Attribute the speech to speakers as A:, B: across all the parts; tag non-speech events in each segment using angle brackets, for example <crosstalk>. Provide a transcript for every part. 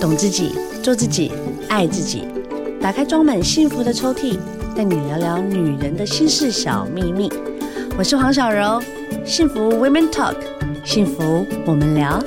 A: 懂自己，做自己，爱自己。打开装满幸福的抽屉，带你聊聊女人的心事小秘密。我是黄小柔，幸福 Women Talk，幸福我们聊。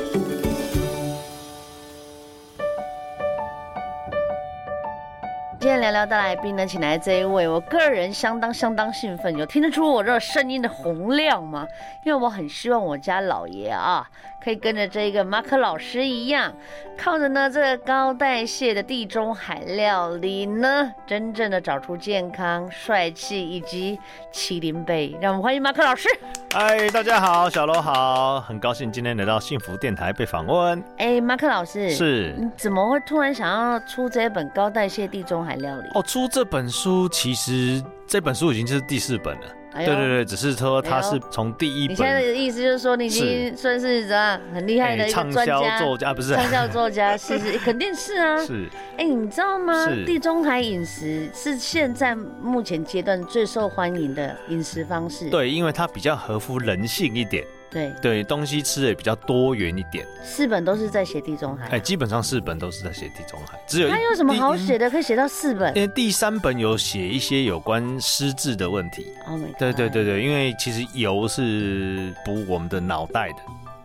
A: 今天聊聊的来宾呢，请来这一位，我个人相当相当兴奋，有听得出我这声音的洪亮吗？因为我很希望我家老爷啊，可以跟着这个马可老师一样，靠着呢这个高代谢的地中海料理呢，真正的找出健康、帅气以及麒麟背。让我们欢迎马可老师。
B: 嗨，哎大家好，小楼好，很高兴今天来到幸福电台被访问。
A: 哎，马可老师，
B: 是
A: 你怎么会突然想要出这一本高代谢地中海料理？
B: 哦，出这本书其实这本书已经是第四本了。
A: 哎呦
B: 对对对，只是说它
A: 哎呦
B: 是从第
A: 你
B: 一本
A: 现在的意思就是说，你已经算是怎样很厉害的
B: 哎
A: 一个
B: 畅
A: 专
B: 销
A: 家，
B: 作家啊不是
A: 畅销作
B: <laughs>
A: 家，是是，肯定是啊。
B: 是
A: 哎，你知道吗？
B: 是
A: 地中海饮食是现在目前阶段最受欢迎的饮食方式。
B: 对，因为它比较合乎人性一点，
A: 对，
B: 对东西吃的也比较多元一点。
A: 四本都是在写地中海。
B: 哎，基本上四本都是在写地中海，只有一
A: 它有什么好写
B: 第
A: 的？可以写到四本
B: 一？因为第三本有写一些有关失智的问题。
A: ？Oh my god！
B: 对对对对，因为其实油是补我们的脑袋的。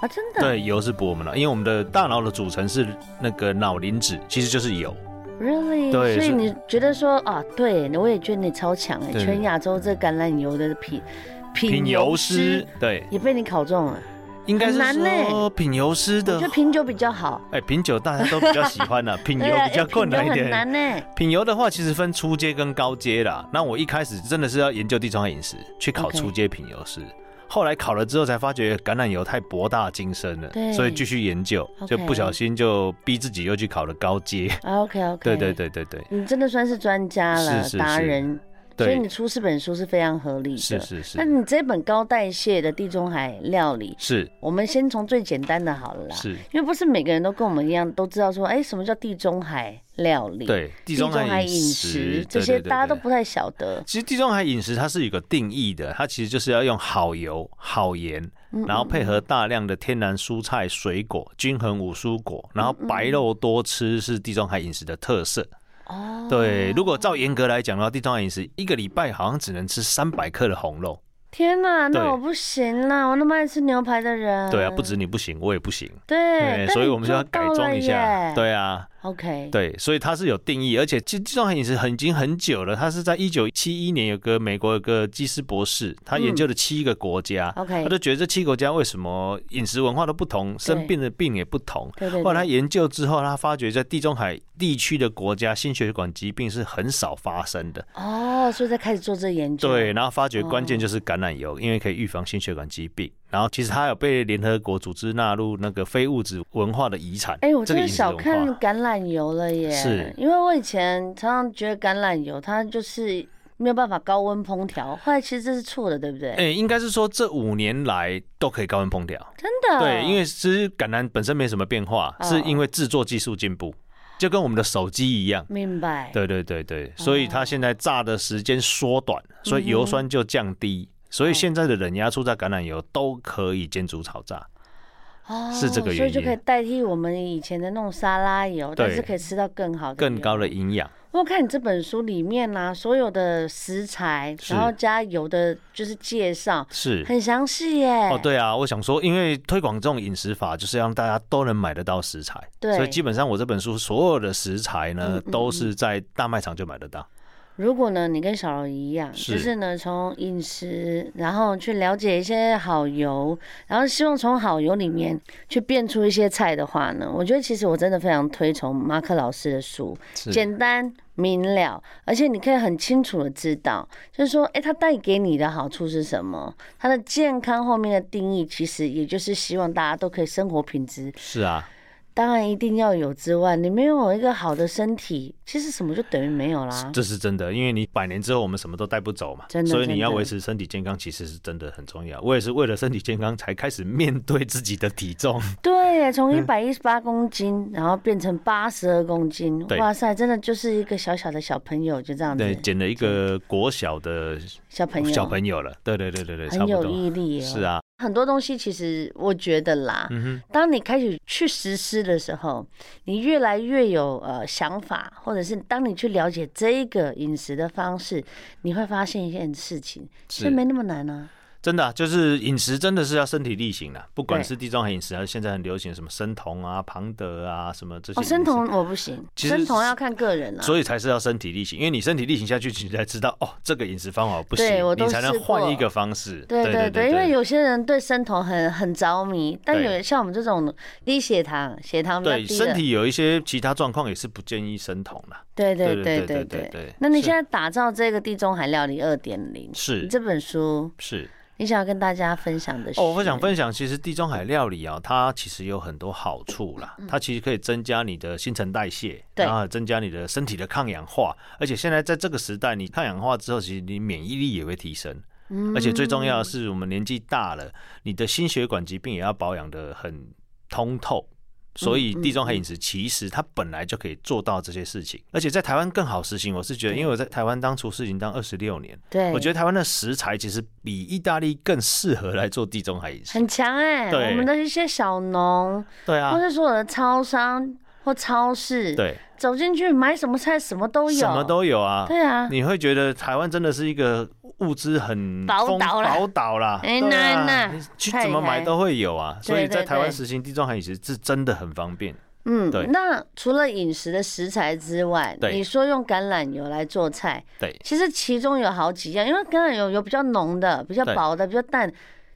A: 啊，真的
B: 对，油是补我们脑，因为我们的大脑的组成是那个脑磷脂，其实就是油。
A: ，really？
B: 对
A: 所以
B: 是
A: 你觉得说啊，对，我也觉得你超强哎，
B: 对
A: 全亚洲这橄榄油的品
B: 品油师，对，
A: 也被你考中了。
B: 应该是
A: 很难欸
B: 说品油师
A: 我
B: 的
A: 觉得，品酒比较好。
B: 哎，品酒大家都比较喜
A: <laughs>
B: 欢了，品油
A: 对啊
B: 比较困难一
A: 品酒很
B: 点。
A: 难欸呢。
B: 品油的话，其实分初阶跟高阶啦。那我一开始真的是要研究地中海饮食，去考
A: OK
B: 初阶品油师。后来考了之后才发觉橄榄油太博大精深
A: 对
B: 了，所以继续研究，就
A: OK
B: 不小心就逼自己又去考了高阶。
A: OK OK，
B: 对对，对对对，
A: 啊你真的算是专家了，
B: 是是
A: 达
B: 是
A: 人，所以你
B: 对，
A: 出四本书是非常合理的。
B: 是是
A: 那
B: 是
A: 你这本高代谢的地中海料理，
B: 是
A: 我们先从最简单的好了啦，
B: 是。
A: 因为不是每个人都跟我们一样都知道说，哎，什么叫地中海料理？，
B: 对，地
A: 地
B: 中
A: 中
B: 海
A: 海
B: 饮
A: 饮
B: 食
A: 食这些大家都。
B: 对对对对
A: 不太晓得。
B: 其实地中海饮食它是有个定义的，它其实就是要用好油、好盐，
A: 嗯
B: 然后配合大量的天然蔬菜、水果，均衡五蔬果，然后
A: 嗯
B: 白肉多吃是地中海饮食的特色。
A: 哦，
B: 对，如果照严格来讲的话，地中海饮食一个礼拜好像只能吃三百克的红肉。
A: 天哪，那
B: 对
A: 我不行啦，我那么爱吃牛排的人。
B: 对啊，不止你不行，我也不行。
A: 嗯对
B: 对，，所以我们就要改装一下。
A: 对
B: 对啊，
A: ，OK，
B: 对，所以它是有定义，而且其实地中海饮食很已经很久了，它是在一九七一年有个美国有个基斯博士，他研究了七个国家，
A: 嗯 OK
B: 他就觉得这七个国家为什么饮食文化都不同，生病的病也不同。
A: 对对
B: 后
A: 对。
B: 来他研究之后，他发觉在地中海地区的国家，心血管疾病是很少发生的。
A: 哦，所以才开始做这个研究。
B: 对，，然后发觉关键就是橄榄油，因为可以预防心血管疾病。然后其实它有被联合国组织纳入那个非物质文化的遗产。
A: 哎、我
B: 这
A: 真
B: 个
A: 的
B: 饮食
A: 小
B: 文化
A: 看橄榄油了耶。
B: 是
A: 因为我以前常常觉得橄榄油它就是没有办法高温烹调，后来其实这是错的，对不对？
B: 哎、应该是说这五年来都可以高温烹调。
A: 真的。
B: 对，因为其实橄榄本身没什么变化，
A: 哦
B: 是因为制作技术进步，就跟我们的手机一样。
A: 明白。
B: 对对对对，所以
A: 哦
B: 它现在炸的时间缩短，所以油酸就降
A: 嗯
B: 低，所以现在的冷压出榨橄榄油都可以煎煮炒炸。
A: 哦，
B: 是这个
A: 所
B: 原
A: 以
B: 因
A: 就可以代替我们以前的那种沙拉油，但
B: 对
A: 是可以吃到更好的、
B: 更高。的营养，
A: 我看你这本书里面呢、所有的食材，
B: 是
A: 然后加油的，就是介绍，
B: 是
A: 很详细耶。
B: 哦，对啊，我想说，因为推广这种饮食法，就是让大家都能买得到食材，
A: 对
B: 所以基本上我这本书所有的食材呢
A: 嗯，嗯
B: 都是在大卖场就买得到，
A: 如果呢，你跟小柔一样，
B: 是
A: 就是呢，从饮食，然后去了解一些好油，然后希望从好油里面去变出一些菜的话呢，我觉得其实我真的非常推崇马克老师的书，
B: 是
A: 简单明了，而且你可以很清楚的知道，就是说，哎，它带给你的好处是什么？它的健康后面的定义，其实也就是希望大家都可以生活品质，
B: 是啊，
A: 当然一定要有之外，你没有一个好的身体，其实什么就等于没有啦。
B: 这是真的，因为你百年之后我们什么都带不走嘛，
A: 真的
B: 所以
A: 真
B: 你
A: 的
B: 要维持身体健康，其实是真的很重要。我也是为了身体健康才开始面对自己的
A: <laughs>
B: 体重，
A: 啊对，从
B: 嗯
A: 一百一十八公斤，然后变成八十二公斤，
B: 对
A: 哇塞，真的就是一个小小的小朋友，就这样子
B: 对，，减了一个国小的
A: 小朋友，
B: 小朋友了，对对对对对，差
A: 很
B: 不
A: 有
B: 多
A: 毅力、哦，
B: 是啊，
A: 很多东西其实我觉得啦，
B: 嗯哼，
A: 当你开始去实施的时候，你越来越有呃想法，或者是当你去了解这一个饮食的方式，你会发现一件事情，其实
B: 是
A: 没那么难啊。
B: 真的啊、就是饮食真的是要身体力行啦，不管
A: 对
B: 是地中海饮食还是现在很流行什么生酮啊、庞德啊什么这些
A: 哦，
B: 饮食，
A: 生酮我不行，
B: 其实
A: 生酮要看个人啊啦。
B: 所以才是要身体力行，因为你身体力行下去，你才知道哦，这个饮食方法不行
A: 对我，都
B: 你才能
A: 试过
B: 换一个方式。
A: 对
B: 对
A: 对
B: 对，
A: 因为有些人对生酮很很着迷，但
B: 对
A: 有像我们这种低血糖、血糖比较
B: 对
A: 低的
B: 身，体有一些其他状况也是不建议生酮啦。
A: 对对
B: 对
A: 对
B: 对
A: 对
B: 对
A: 对
B: 对。对，
A: 那你
B: 是
A: 现在打造这个地中海料理二点零，
B: 是
A: 这本书，
B: 是
A: 你想要跟大家分享的是？
B: 哦，我想分享，其实地中海料理啊，它其实有很多好处啦。它其实可以增加你的新陈代谢，
A: 嗯对
B: 然后增加你的身体的抗氧化，而且现在在这个时代，你抗氧化之后，其实你免疫力也会提升。
A: 嗯
B: 而且最重要的是，我们年纪大了，你的心血管疾病也要保养的很通透。所以
A: 嗯
B: 地中海饮食其实它本来就可以做到这些事情，而且在台湾更好实行。我是觉得，因为我在台湾当厨师已经当二十六年，
A: 对，
B: 我觉
A: 得
B: 得台湾的食材其实比意大利更适合来做地中海饮食。
A: 很强哎、
B: 对
A: 我们的一些小农，
B: 对啊
A: 或，是所有的超商或超市，
B: 对，
A: 走进去买什么菜什么都有，
B: 什么都有啊。
A: 对啊。
B: 你会觉得台湾真的是一个物资很
A: 宝
B: 丰
A: 岛啦
B: 宝岛啦，
A: 哎
B: 对
A: 那
B: 啊
A: 那
B: 你去
A: 太
B: 怎么
A: 厉
B: 买
A: 害
B: 都会有啊。所以
A: 对对
B: 在台
A: 对
B: 湾实行地中海饮食是真的很方便。
A: 嗯
B: 对，
A: 那除了饮食的食材之外，
B: 对
A: 你说用橄榄油来做菜，
B: 对，
A: 其实其中有好几样，因为橄榄油有比较浓的、比较
B: 对
A: 薄的、比较淡，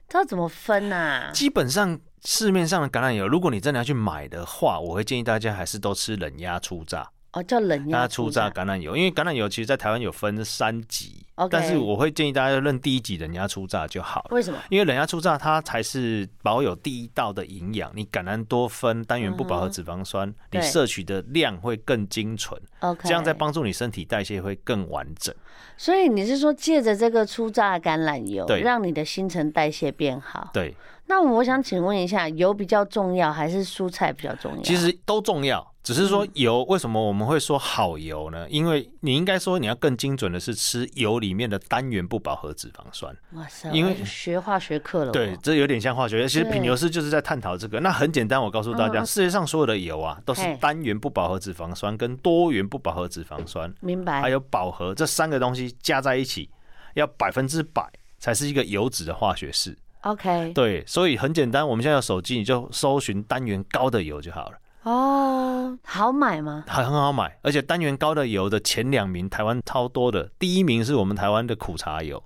A: 这要怎么分啊？
B: 基本上市面上的橄榄油，如果你真的要去买的话，我会建议大家还是都吃冷压初榨。
A: 哦，叫冷
B: 大
A: 压
B: 家初榨橄榄油，因为橄榄油其实在台湾有分三级
A: OK
B: 但是我会建议大家认第一级人家初榨就好了。
A: 为什么？
B: 因为冷压初榨，它才是保有第一道的营养。你橄榄多酚、单元不
A: 嗯
B: 饱和脂肪酸，
A: 对
B: 你摄取的量会更精纯，
A: OK，
B: 这样在帮助你身体代谢会更完整。
A: 所以你是说借着这个初榨橄榄油，
B: 对
A: 让你的新陈代谢变好？
B: 对，
A: 那我想请问一下，油比较重要还是蔬菜比较重要？
B: 其实都重要，只是说油为什么我们会说好油呢？因为你应该说你要更精准的是吃油里面的单元不饱和脂肪酸。
A: 哇塞，
B: 因为
A: 我学化学课了，哦
B: 对，，这有点像化学。其实
A: 对嗯
B: 品油师就是在探讨这个。那很简单，我告诉大家，世界上所有的油啊，都是
A: 嘿
B: 单元不饱和脂肪酸跟多元不饱和脂肪酸，
A: 明白。
B: 还有饱和这三个东西加在一起，要百分之百才是一个油脂的化学式。
A: OK，
B: 对，所以很简单，我们现在有手机，你就搜寻单元高的油就好了，
A: 哦，好买吗？
B: 很很好买。而且单元高的油的前两名，台湾超多的，第一名是我们台湾的苦茶油，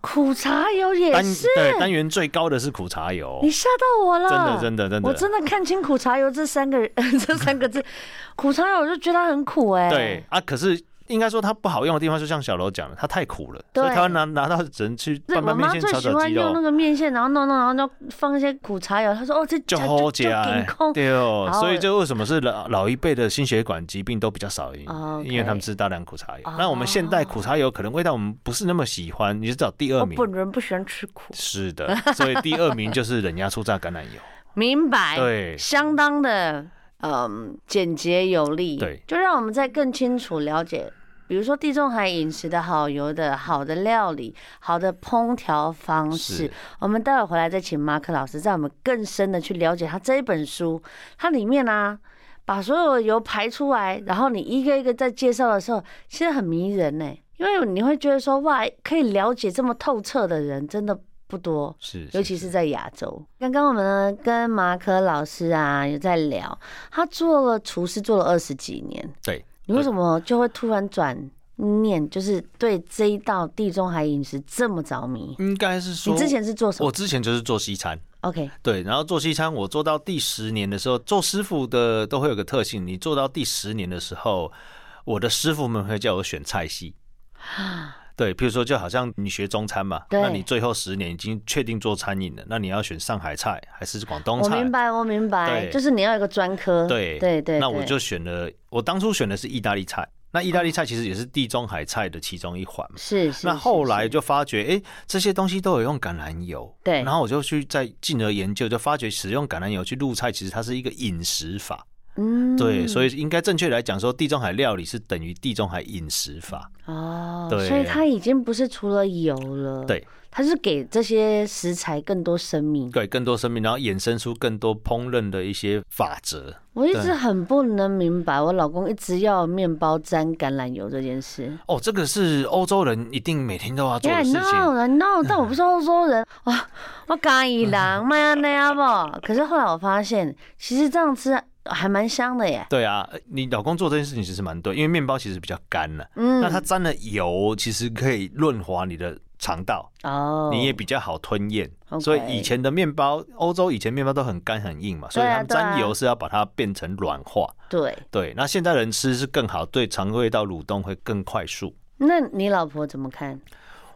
A: 苦茶油也
B: 单
A: 是，
B: 对单元最高的是苦茶油哦，
A: 你吓到我了，
B: 真的真的真的，
A: 我真的看清苦茶油这三个 <laughs> 这三个字，苦茶油我就觉得它很苦哎、
B: 对，啊，可是应该说它不好用的地方，就像小楼讲的，它太苦了，
A: 对
B: 所以台湾拿拿到只能去
A: 对，
B: 拌
A: 我
B: 拌
A: 妈
B: 面线、
A: 最
B: 炒
A: 喜
B: 炒
A: 欢
B: 鸡
A: 用那
B: 肉，
A: 个面线，然后弄弄，然后就放一些苦茶油。她说：“哦，这
B: 就
A: 加
B: 好
A: 就就
B: 解
A: 给
B: 哎
A: 控。，
B: 对哦
A: 然，后
B: 所以就为什么是老老一辈的心血管疾病都比较少因
A: 哦，
B: 因为他
A: OK
B: 们吃大量苦茶油
A: 哦。
B: 那我们现代苦茶油可能味道我们不是那么喜欢，你就找第”二
A: 我
B: 名。
A: 本哦人不喜欢吃苦，
B: 是的，所以第二名就是冷压初榨橄榄
A: <laughs>
B: 油。
A: 明白？
B: 对
A: 相当的嗯简洁有力，
B: 对
A: 就让我们再更清楚了解，比如说地中海饮食的好油的好的料理、好的烹调方式
B: 是。
A: 我们待会回来再请马克老师带我们更深的去了解他这一本书，它里面啊。把所有的油排出来，然后你一个一个在介绍的时候，其实很迷人呢，因为你会觉得说，哇，可以了解这么透彻的人真的不多。
B: 是，
A: 尤其是在亚洲。刚刚我们呢跟马可老师啊有在聊，他做了厨师做了二十几年，
B: 对，
A: 你为什么就会突然转念，就是对这一道地中海饮食这么着迷？
B: 应该是说
A: 你之前是做什么
B: 我之前就是做西餐。
A: ？OK，
B: 对，然后做西餐，我做到第十年的时候，做师傅的都会有个特性，你做到第十年的时候，我的师傅们会叫我选菜系。对，譬如说，就好像你学中餐嘛，
A: 啊对
B: 那你最后十年已经确定做餐饮了，那你要选上海菜还是广东
A: 我
B: 菜
A: 明？白，我明白，
B: 对
A: 就是你要有一个专科。
B: 对
A: 对对，
B: 那我
A: 对哦
B: 就选了，我当初选的是意大利菜，那意大利菜其实也是地中海菜的其中一环嘛。
A: 是是。
B: 那
A: 是
B: 后来
A: 是
B: 就发觉，哎、这些东西都有用橄榄油，
A: 对
B: 然后我就去再进而研究，就发觉使用橄榄油去入菜，其实它是一个饮食法。
A: 嗯，
B: 对，所以应该正确来讲说，地中海料理是等于地中海饮食法。
A: 哦，
B: 对
A: 所以它已经不是除了油了，
B: 对，
A: 它是给这些食材更多生命。
B: 对，更多生命，然后衍生出更多烹饪的一些法则。
A: 我一
B: 对
A: 直很不能明白，我老公一直要面包沾橄榄油这件事。
B: 哦，这个是欧洲人一定每天都要做
A: Yeah,
B: 的事情。
A: no 人 no，但我不是欧洲人 <laughs> 啊，我咖喱狼，麦安那样不？可是后来我发现，其实这样吃还蛮香的耶。
B: 对啊，呃你老公做这件事情其实蛮对，因为面包其实比较干了、
A: 嗯，
B: 那它沾了油，其实可以润滑你的肠道，
A: 哦，
B: 你也比较好吞咽。
A: OK
B: 所以以前的面包，欧洲以前面包都很干很硬嘛，所以
A: 对啊
B: 他们
A: 对
B: 沾
A: 啊
B: 油是要把它变成软化。
A: 对。
B: 对，那现在人吃是更好，对肠胃道蠕动会更快速。
A: 那你老婆怎么看？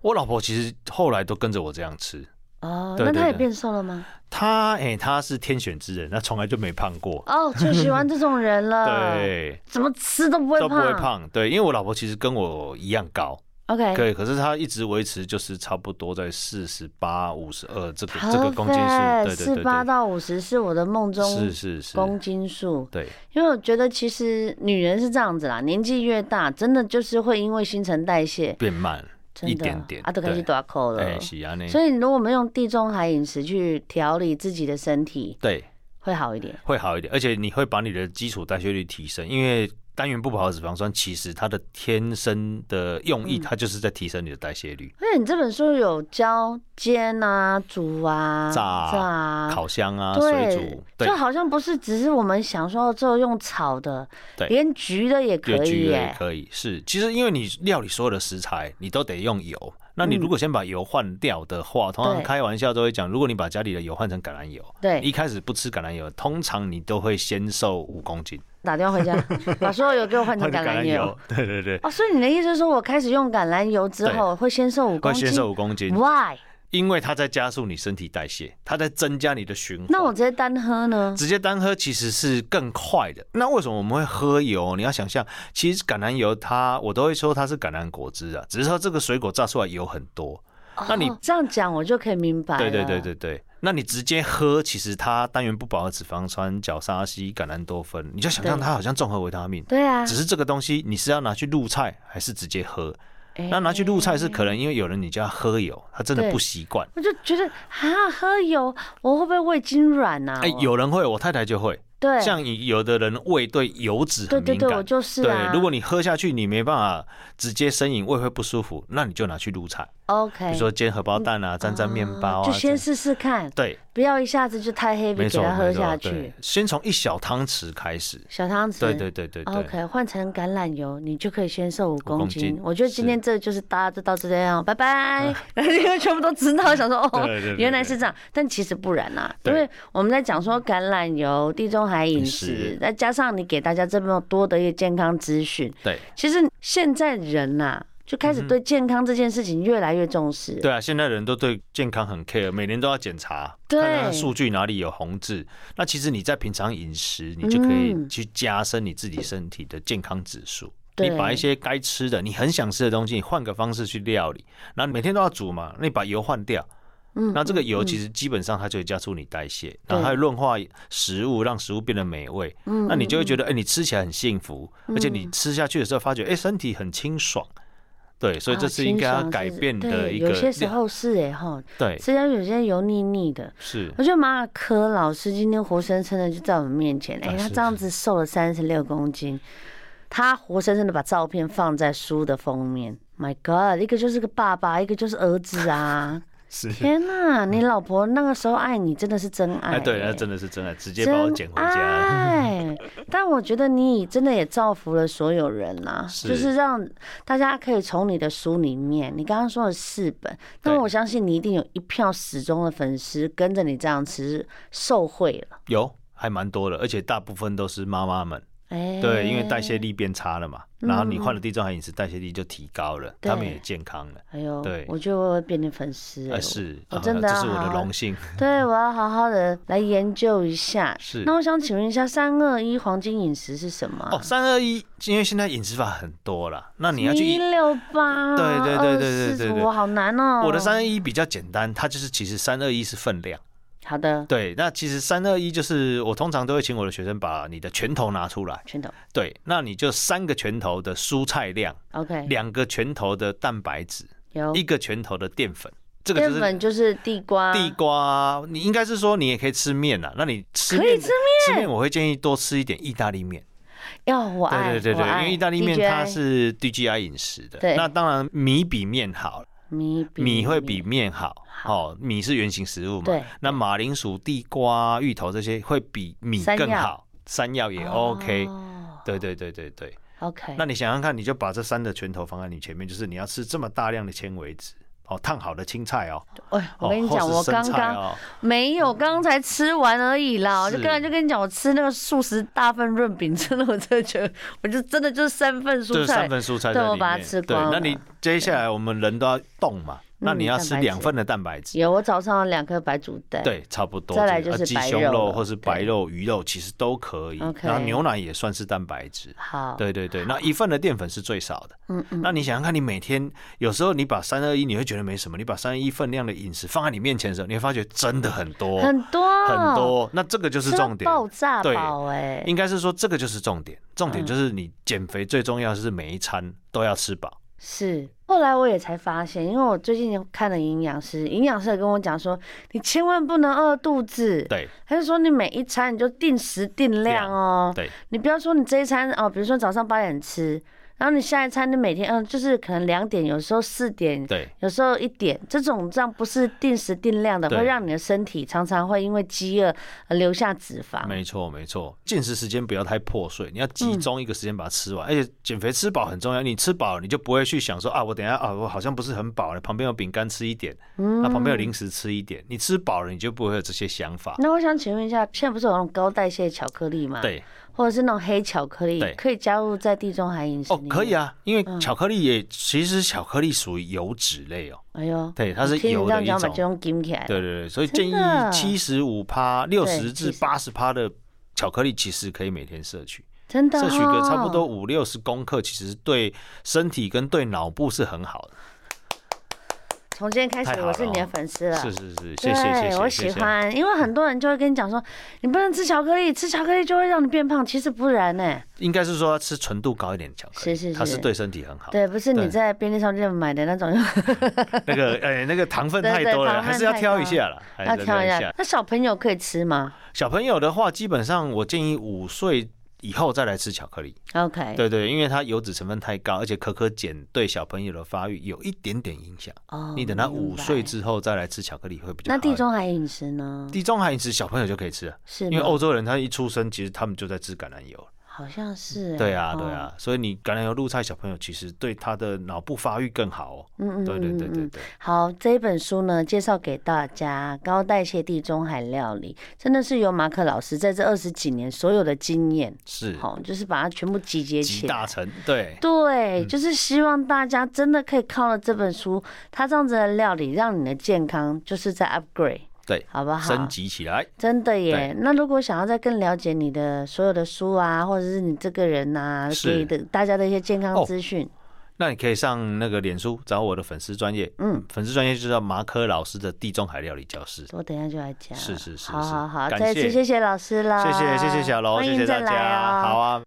B: 我老婆其实后来都跟着我这样吃，
A: 哦，
B: 对
A: 那
B: 对
A: 她也
B: 对
A: 变瘦了吗？
B: 她哎、她是天选之人，她从来就没胖过。
A: 哦，就喜欢这种人了。，
B: <laughs> 对，
A: 怎么吃都不啊会
B: 都
A: 胖。哎
B: 不会胖。对，因为我老婆其实跟我一样高，
A: OK，
B: 对，可是她一直维持就是差不多在四十八、五十二这个这个公斤数，对对
A: 四
B: 对
A: 八
B: 对，
A: 到五十是我的梦中
B: 是是是，
A: 公斤数。
B: 对
A: 因为我觉得其实女人是这样子啦，年纪越大，真的就是会因为新陈代谢，
B: 变慢
A: 真的
B: 一点点，
A: 啊，都开始
B: 对
A: 短口了
B: 哎，。是啊呢，
A: 所以如果没用地中海饮食去调理自己的身体，
B: 对
A: 会好一点。
B: 会好一点，而且你会把你的基础代谢率提升，因为。单元不饱和脂肪酸其实它的天生的用
A: 嗯
B: 意，它就是在提升你的代谢率，
A: 而且你这本书有教煎啊、煮啊、
B: 炸啊
A: 啊
B: 烤箱啊、水
A: 对
B: 煮，，对
A: 就，好像不是只是我们想说之后用炒的，
B: 对
A: 连焗的也可
B: 越
A: 以
B: 剧也
A: 耶。
B: 可以，是，其实因为你料理所有的食材，你都得用油。那你如果先把油换掉的话，通常
A: 嗯对
B: 开玩笑都会讲，如果你把家里的油换成橄榄油，一
A: 对，
B: 开始不吃橄榄油，通常你都会先瘦五公斤，
A: 打电话
B: <laughs>
A: 回家，把所有油给我换成
B: 换成
A: 橄榄油。，
B: 对对对，
A: 哦，所以你的意思是说我开始用橄榄油之后会先瘦五公
B: 会
A: 斤
B: 先瘦五公斤，哦
A: ？Why？
B: 因为它在加速你身体代谢，它在增加你的循环。
A: 那我直接单喝呢？
B: 直接单喝其实是更快的。那为什么我们会喝油？你要想象，其实橄榄油它，我都会说它是橄榄果汁啊，只是说这个水果榨出来油很多。那你
A: 哦这样讲我就可以明白了。
B: 对对对对对，那你直接喝，其实它单元不饱和脂肪酸、角鲨烯、橄榄多酚，你就想象
A: 对
B: 它好像综合维他命。
A: 对啊，
B: 只是这个东西你是要拿去入菜，还是直接喝？
A: 哎
B: 那拿去入菜是可能因为有人你叫他喝油，他真的
A: 对
B: 不习惯。
A: 我就觉得啊，喝油我会不会胃痉挛啊？
B: 哎，有人会，我太太就会。
A: 对，
B: 像你有的人胃对油脂
A: 对
B: 很
A: 对
B: 敏
A: 对，我
B: 感，
A: 就是啊。
B: 对，如果你喝下去你没办法直接生饮，胃会不舒服，那你就拿去入菜，比
A: OK，
B: 如说煎荷包蛋啊，沾沾面包
A: 嗯哦
B: 啊，
A: 就先
B: 这
A: 试试看，
B: 对，
A: 不要一下子就太 heavy
B: 没
A: 给
B: 错
A: 它喝
B: 没错
A: 下
B: 对
A: 去，，
B: 先从一小汤匙开始。
A: 小汤匙。
B: 对对对对对
A: 哦 OK，换成橄榄油，你就可以先瘦五公斤。
B: 公斤啊
A: 我觉得今天这就是大家就到这样，拜 <laughs> 拜。因为全部都知道，想说哦
B: <laughs> 对对对，对
A: 原来是这样，但其实不然啊，因
B: 对
A: 为我们在讲说橄榄油、地中海饮食
B: 是，
A: 再加上你给大家这么多的一个健康资讯，
B: 对
A: 其实现在人呐、就开始对健康这件事情越来越重视。
B: 嗯对啊，现在人都对健康很 care，每年都要检查，
A: 对
B: 看看数据哪里有红字。那其实你在平常饮食，你就可以
A: 嗯
B: 去加深你自己身体的健康指数。
A: 对
B: 你把一些该吃的、你很想吃的东西，你换个方式去料理，然后每天都要煮嘛，那你把油换掉。
A: 嗯
B: 那这个油
A: 嗯
B: 其实基本上它就会加速你代谢，然后还有润化食物，让食物变得美味。
A: 嗯
B: 那你就会觉得，哎、你吃起来很幸福，而且你吃下去的时候发觉，哎、身体很清爽。对，所以
A: 啊
B: 这是
A: 清
B: 应该要
A: 爽
B: 改
A: 是
B: 变的
A: 对
B: 一个
A: 有
B: 量。
A: 些时候是哎哈，
B: 对，
A: 虽然有些油腻腻的。
B: 是
A: 我觉得马尔科老师今天活生生的就在我们面前，哎、
B: 啊
A: 他
B: 是
A: 这样子瘦了三十六公斤，他活生生的把照片放在书的封面。My God，一个就是个爸爸，一个就是儿子啊！
B: <laughs>
A: <laughs>
B: 是，
A: 天哪、你老婆那个时候爱你真的是真爱、
B: 哎，对，那真的是真的，直接把我捡回家。
A: 哎， <laughs> 但我觉得你真的也造福了所有人啦、
B: 是
A: 就是让大家可以从你的书里面，你刚刚说的四本，那
B: 对
A: 我相信你一定有一票始终的粉丝跟着你这样吃受惠了。
B: <laughs> 有，还蛮多的，而且大部分都是妈妈们，
A: 哎，嗯
B: 对，因为代谢力变差了嘛，然后你换了地中海饮食，代谢力就提高了，
A: 对
B: 他们也健康了。
A: 哎呦，
B: 对
A: 我觉得我会变成粉丝、哎
B: 呃，是，
A: 我
B: 啊
A: 真的
B: 这是我
A: 好
B: 的
A: 好
B: 荣幸。
A: 对，我要好好的来研究一下。
B: 是
A: 那我想请问一下，三二一黄金饮食是什么啊？
B: 哦，三二一，因为现在饮食法很多了，那你要
A: 一
B: 去。
A: 六八，
B: 对对对对对对对
A: 我好难哦。
B: 我的三二一比较简单，它就是其实三二一是分量，
A: 好的，
B: 对，那其实三二一就是我通常都会请我的学生把你的拳头拿出来，
A: 拳头
B: 对，那你就三个拳头的蔬菜量，
A: ，OK，
B: 两个拳头的蛋白质，
A: 有
B: 一个拳头的淀粉，这个
A: 哦淀
B: 就是
A: 粉就是地瓜，
B: 地瓜啊，你应该是说你也可以吃面啊。那你吃
A: 可以
B: 面
A: 吃
B: 的吃面，我会建议多吃一点意大利面。
A: 要我爱，
B: 对对对
A: 我
B: 对，
A: 爱
B: 因为意大利面
A: DJI
B: 它是 DGI 饮食的
A: 对，
B: 那当然米比面好，
A: 米比
B: 米会比面好。
A: 好
B: 哦，米是原型食物嘛？
A: 对。
B: 那马铃薯、地瓜、芋头这些会比米
A: 山
B: 更
A: 药
B: 好，山药也 OK。
A: 哦
B: 对对对对对。
A: ，OK，
B: 那你想想看，你就把这三个拳头放在你前面，就是你要吃这么大量的纤维质。哦，烫好的青菜哦，
A: 哎，我
B: 哦
A: 跟你
B: 或
A: 讲，
B: 是
A: 我
B: 生
A: 刚
B: 菜
A: 刚
B: 哦
A: 没有，刚才吃完而已啦。我就刚才
B: 是
A: 就跟你讲，我吃那个素食大份润饼，真的，我真的觉得，我就真的就是三份
B: 就
A: 蔬
B: 是
A: 菜
B: 三，份蔬菜
A: 对
B: 在
A: 我
B: 里
A: 把它
B: 面
A: 吃光
B: 对，那
A: 了
B: 你接下来我们人都要动嘛，那你
A: 嗯
B: 要
A: 蛋
B: 吃
A: 白
B: 两
A: 质
B: 份的蛋白质，
A: 有我早上有两颗白煮蛋，，
B: 对，差不多。
A: 再来就
B: 这个
A: 是
B: 呃鸡
A: 白
B: 胸
A: 肉
B: 肉
A: 了
B: 或是白
A: 对
B: 肉、鱼肉，其实都可以。
A: OK
B: 然后牛奶也算是蛋白质。
A: 好，
B: 对对对，那一份的淀粉是最少的。
A: 嗯嗯，
B: 那你想想看，你每天有时候你把三二一，你会觉得没什么；你把三一份量的饮食放在你面前的时候，你会发觉真的很多
A: 很多
B: 很，多。那这个就是
A: 哦吃到
B: 重点，
A: 爆嗯炸
B: 对
A: 饱哎，
B: 应该是说这个就是重点。重点就是你减肥最重要的是每一餐都要吃饱。
A: 是，后来我也才发现，因为我最近看了营养师，营养师也跟我讲说，你千万不能饿肚子。
B: 对
A: 他就说你每一餐你就定时定量哦，
B: 对，
A: 你不要说你这一餐哦，比如说早上八点吃，然后你下一餐你每天嗯、就是可能两点，有时候四点，
B: 对
A: 有时候一点，这种这样不是定时定量的，
B: 对
A: 会让你的身体常常会因为饥饿而留下脂肪。
B: 没错，没错，进食时间不要太破碎，你要集中一个时间把它吃
A: 嗯
B: 完。而且减肥吃饱很重要，你吃饱你就不会去想说啊，我等一下啊，我好像不是很饱了，旁边有饼干吃一点，
A: 嗯
B: 那旁边有零食吃一点，你吃饱了你就不会有这些想法。
A: 那我想请问一下，现在不是有那种高代谢巧克力吗？，
B: 对
A: 或者是那种黑巧克力
B: 对，
A: 可以加入在地中海饮食
B: 哦
A: 里，
B: 可以
A: 面。
B: 啊，
A: 嗯
B: 因为巧克力也其实巧克力属于油脂类哦，
A: 哎呦，
B: 对，它是
A: 听你
B: 油
A: 这
B: 的
A: 样
B: 一
A: 讲把这
B: 种。
A: 种顶起来了。
B: 对对对，所以
A: 真
B: 建议
A: 的
B: 七十五趴、六
A: 对
B: 十至
A: 70
B: 八十趴的巧克力其实可以每天摄取。
A: 真的、哦，
B: 摄取个差不多五六十公克，其实对身体跟对脑部是很好的。
A: 从今天开
B: 太
A: 始，
B: 好
A: 我
B: 了哦
A: 是你的粉丝了。
B: 是是是，
A: 对，
B: 谢谢谢谢，
A: 我
B: 谢
A: 喜
B: 谢。
A: 欢，因为很多人就会跟你讲说，你不能吃巧克力，吃巧克力就会让你变胖，其实不然呢、
B: 应该是说吃纯度高一点的巧克
A: 是
B: 力，
A: 是是
B: 它是对身体很好。
A: 对，不是你
B: 对
A: 在便利商店买的那种，
B: 那个哎，那个糖分
A: 对
B: 太
A: 对
B: 多了，
A: 糖分
B: 还是要
A: 太
B: 挑
A: 高
B: 一下啦，哎还
A: <laughs> 要
B: 是
A: 挑一下。。那小朋友可以吃吗
B: 小朋友的话，基本上我建议五岁。以后再来吃巧克力，
A: ？OK，
B: 对对，因为它油脂成分太高，而且可可碱对小朋友的发育有一点点影响。
A: 哦
B: 你等他
A: 明
B: 五
A: 白
B: 岁之后再来吃巧克力会比较
A: 那
B: 好一
A: 地
B: 点。
A: 中海饮食呢？
B: 地中海饮食小朋友就可以吃了，
A: 是
B: 因为
A: 吗
B: 欧洲人他一出生，其实他们就在吃橄榄油。
A: 好像是、
B: 对啊，
A: 哦
B: 对，啊，所以你橄榄油入菜，小朋友其实对他的脑部发育更好哦。
A: 嗯嗯，
B: 对对对
A: 嗯嗯
B: 对
A: 嗯
B: 对，
A: 好，这一本书呢，介绍给大家高代谢地中海料理，真的是由马克老师在这二十几年所有的经验，
B: 是
A: 好，就是把它全部集结
B: 集
A: 起
B: 大嗯
A: 来。
B: 成，对
A: 对，就是希望大家真的可以靠了这本书，它这样子的料理，让你的健康就是在 upgrade，
B: 对，
A: 好不好
B: 升？级起来。
A: 真的耶。那如果想要再更了解你的所有的书啊，或者是你这个人呐、
B: 是
A: 给的大家的一些健康
B: 哦
A: 资讯，
B: 那你可以上那个脸书找我的粉丝专业，
A: 嗯，
B: 粉丝专业就叫马可老师的地中海料理教室。
A: 我等一下就来讲。
B: 是是是
A: 好
B: 是
A: 好好，
B: 感
A: 再次
B: 谢
A: 谢谢老师啦，
B: 谢谢谢谢小楼，
A: 啊欢
B: 谢
A: 迎
B: 谢
A: 再
B: 大
A: 来
B: 家，
A: 哦。
B: 好啊。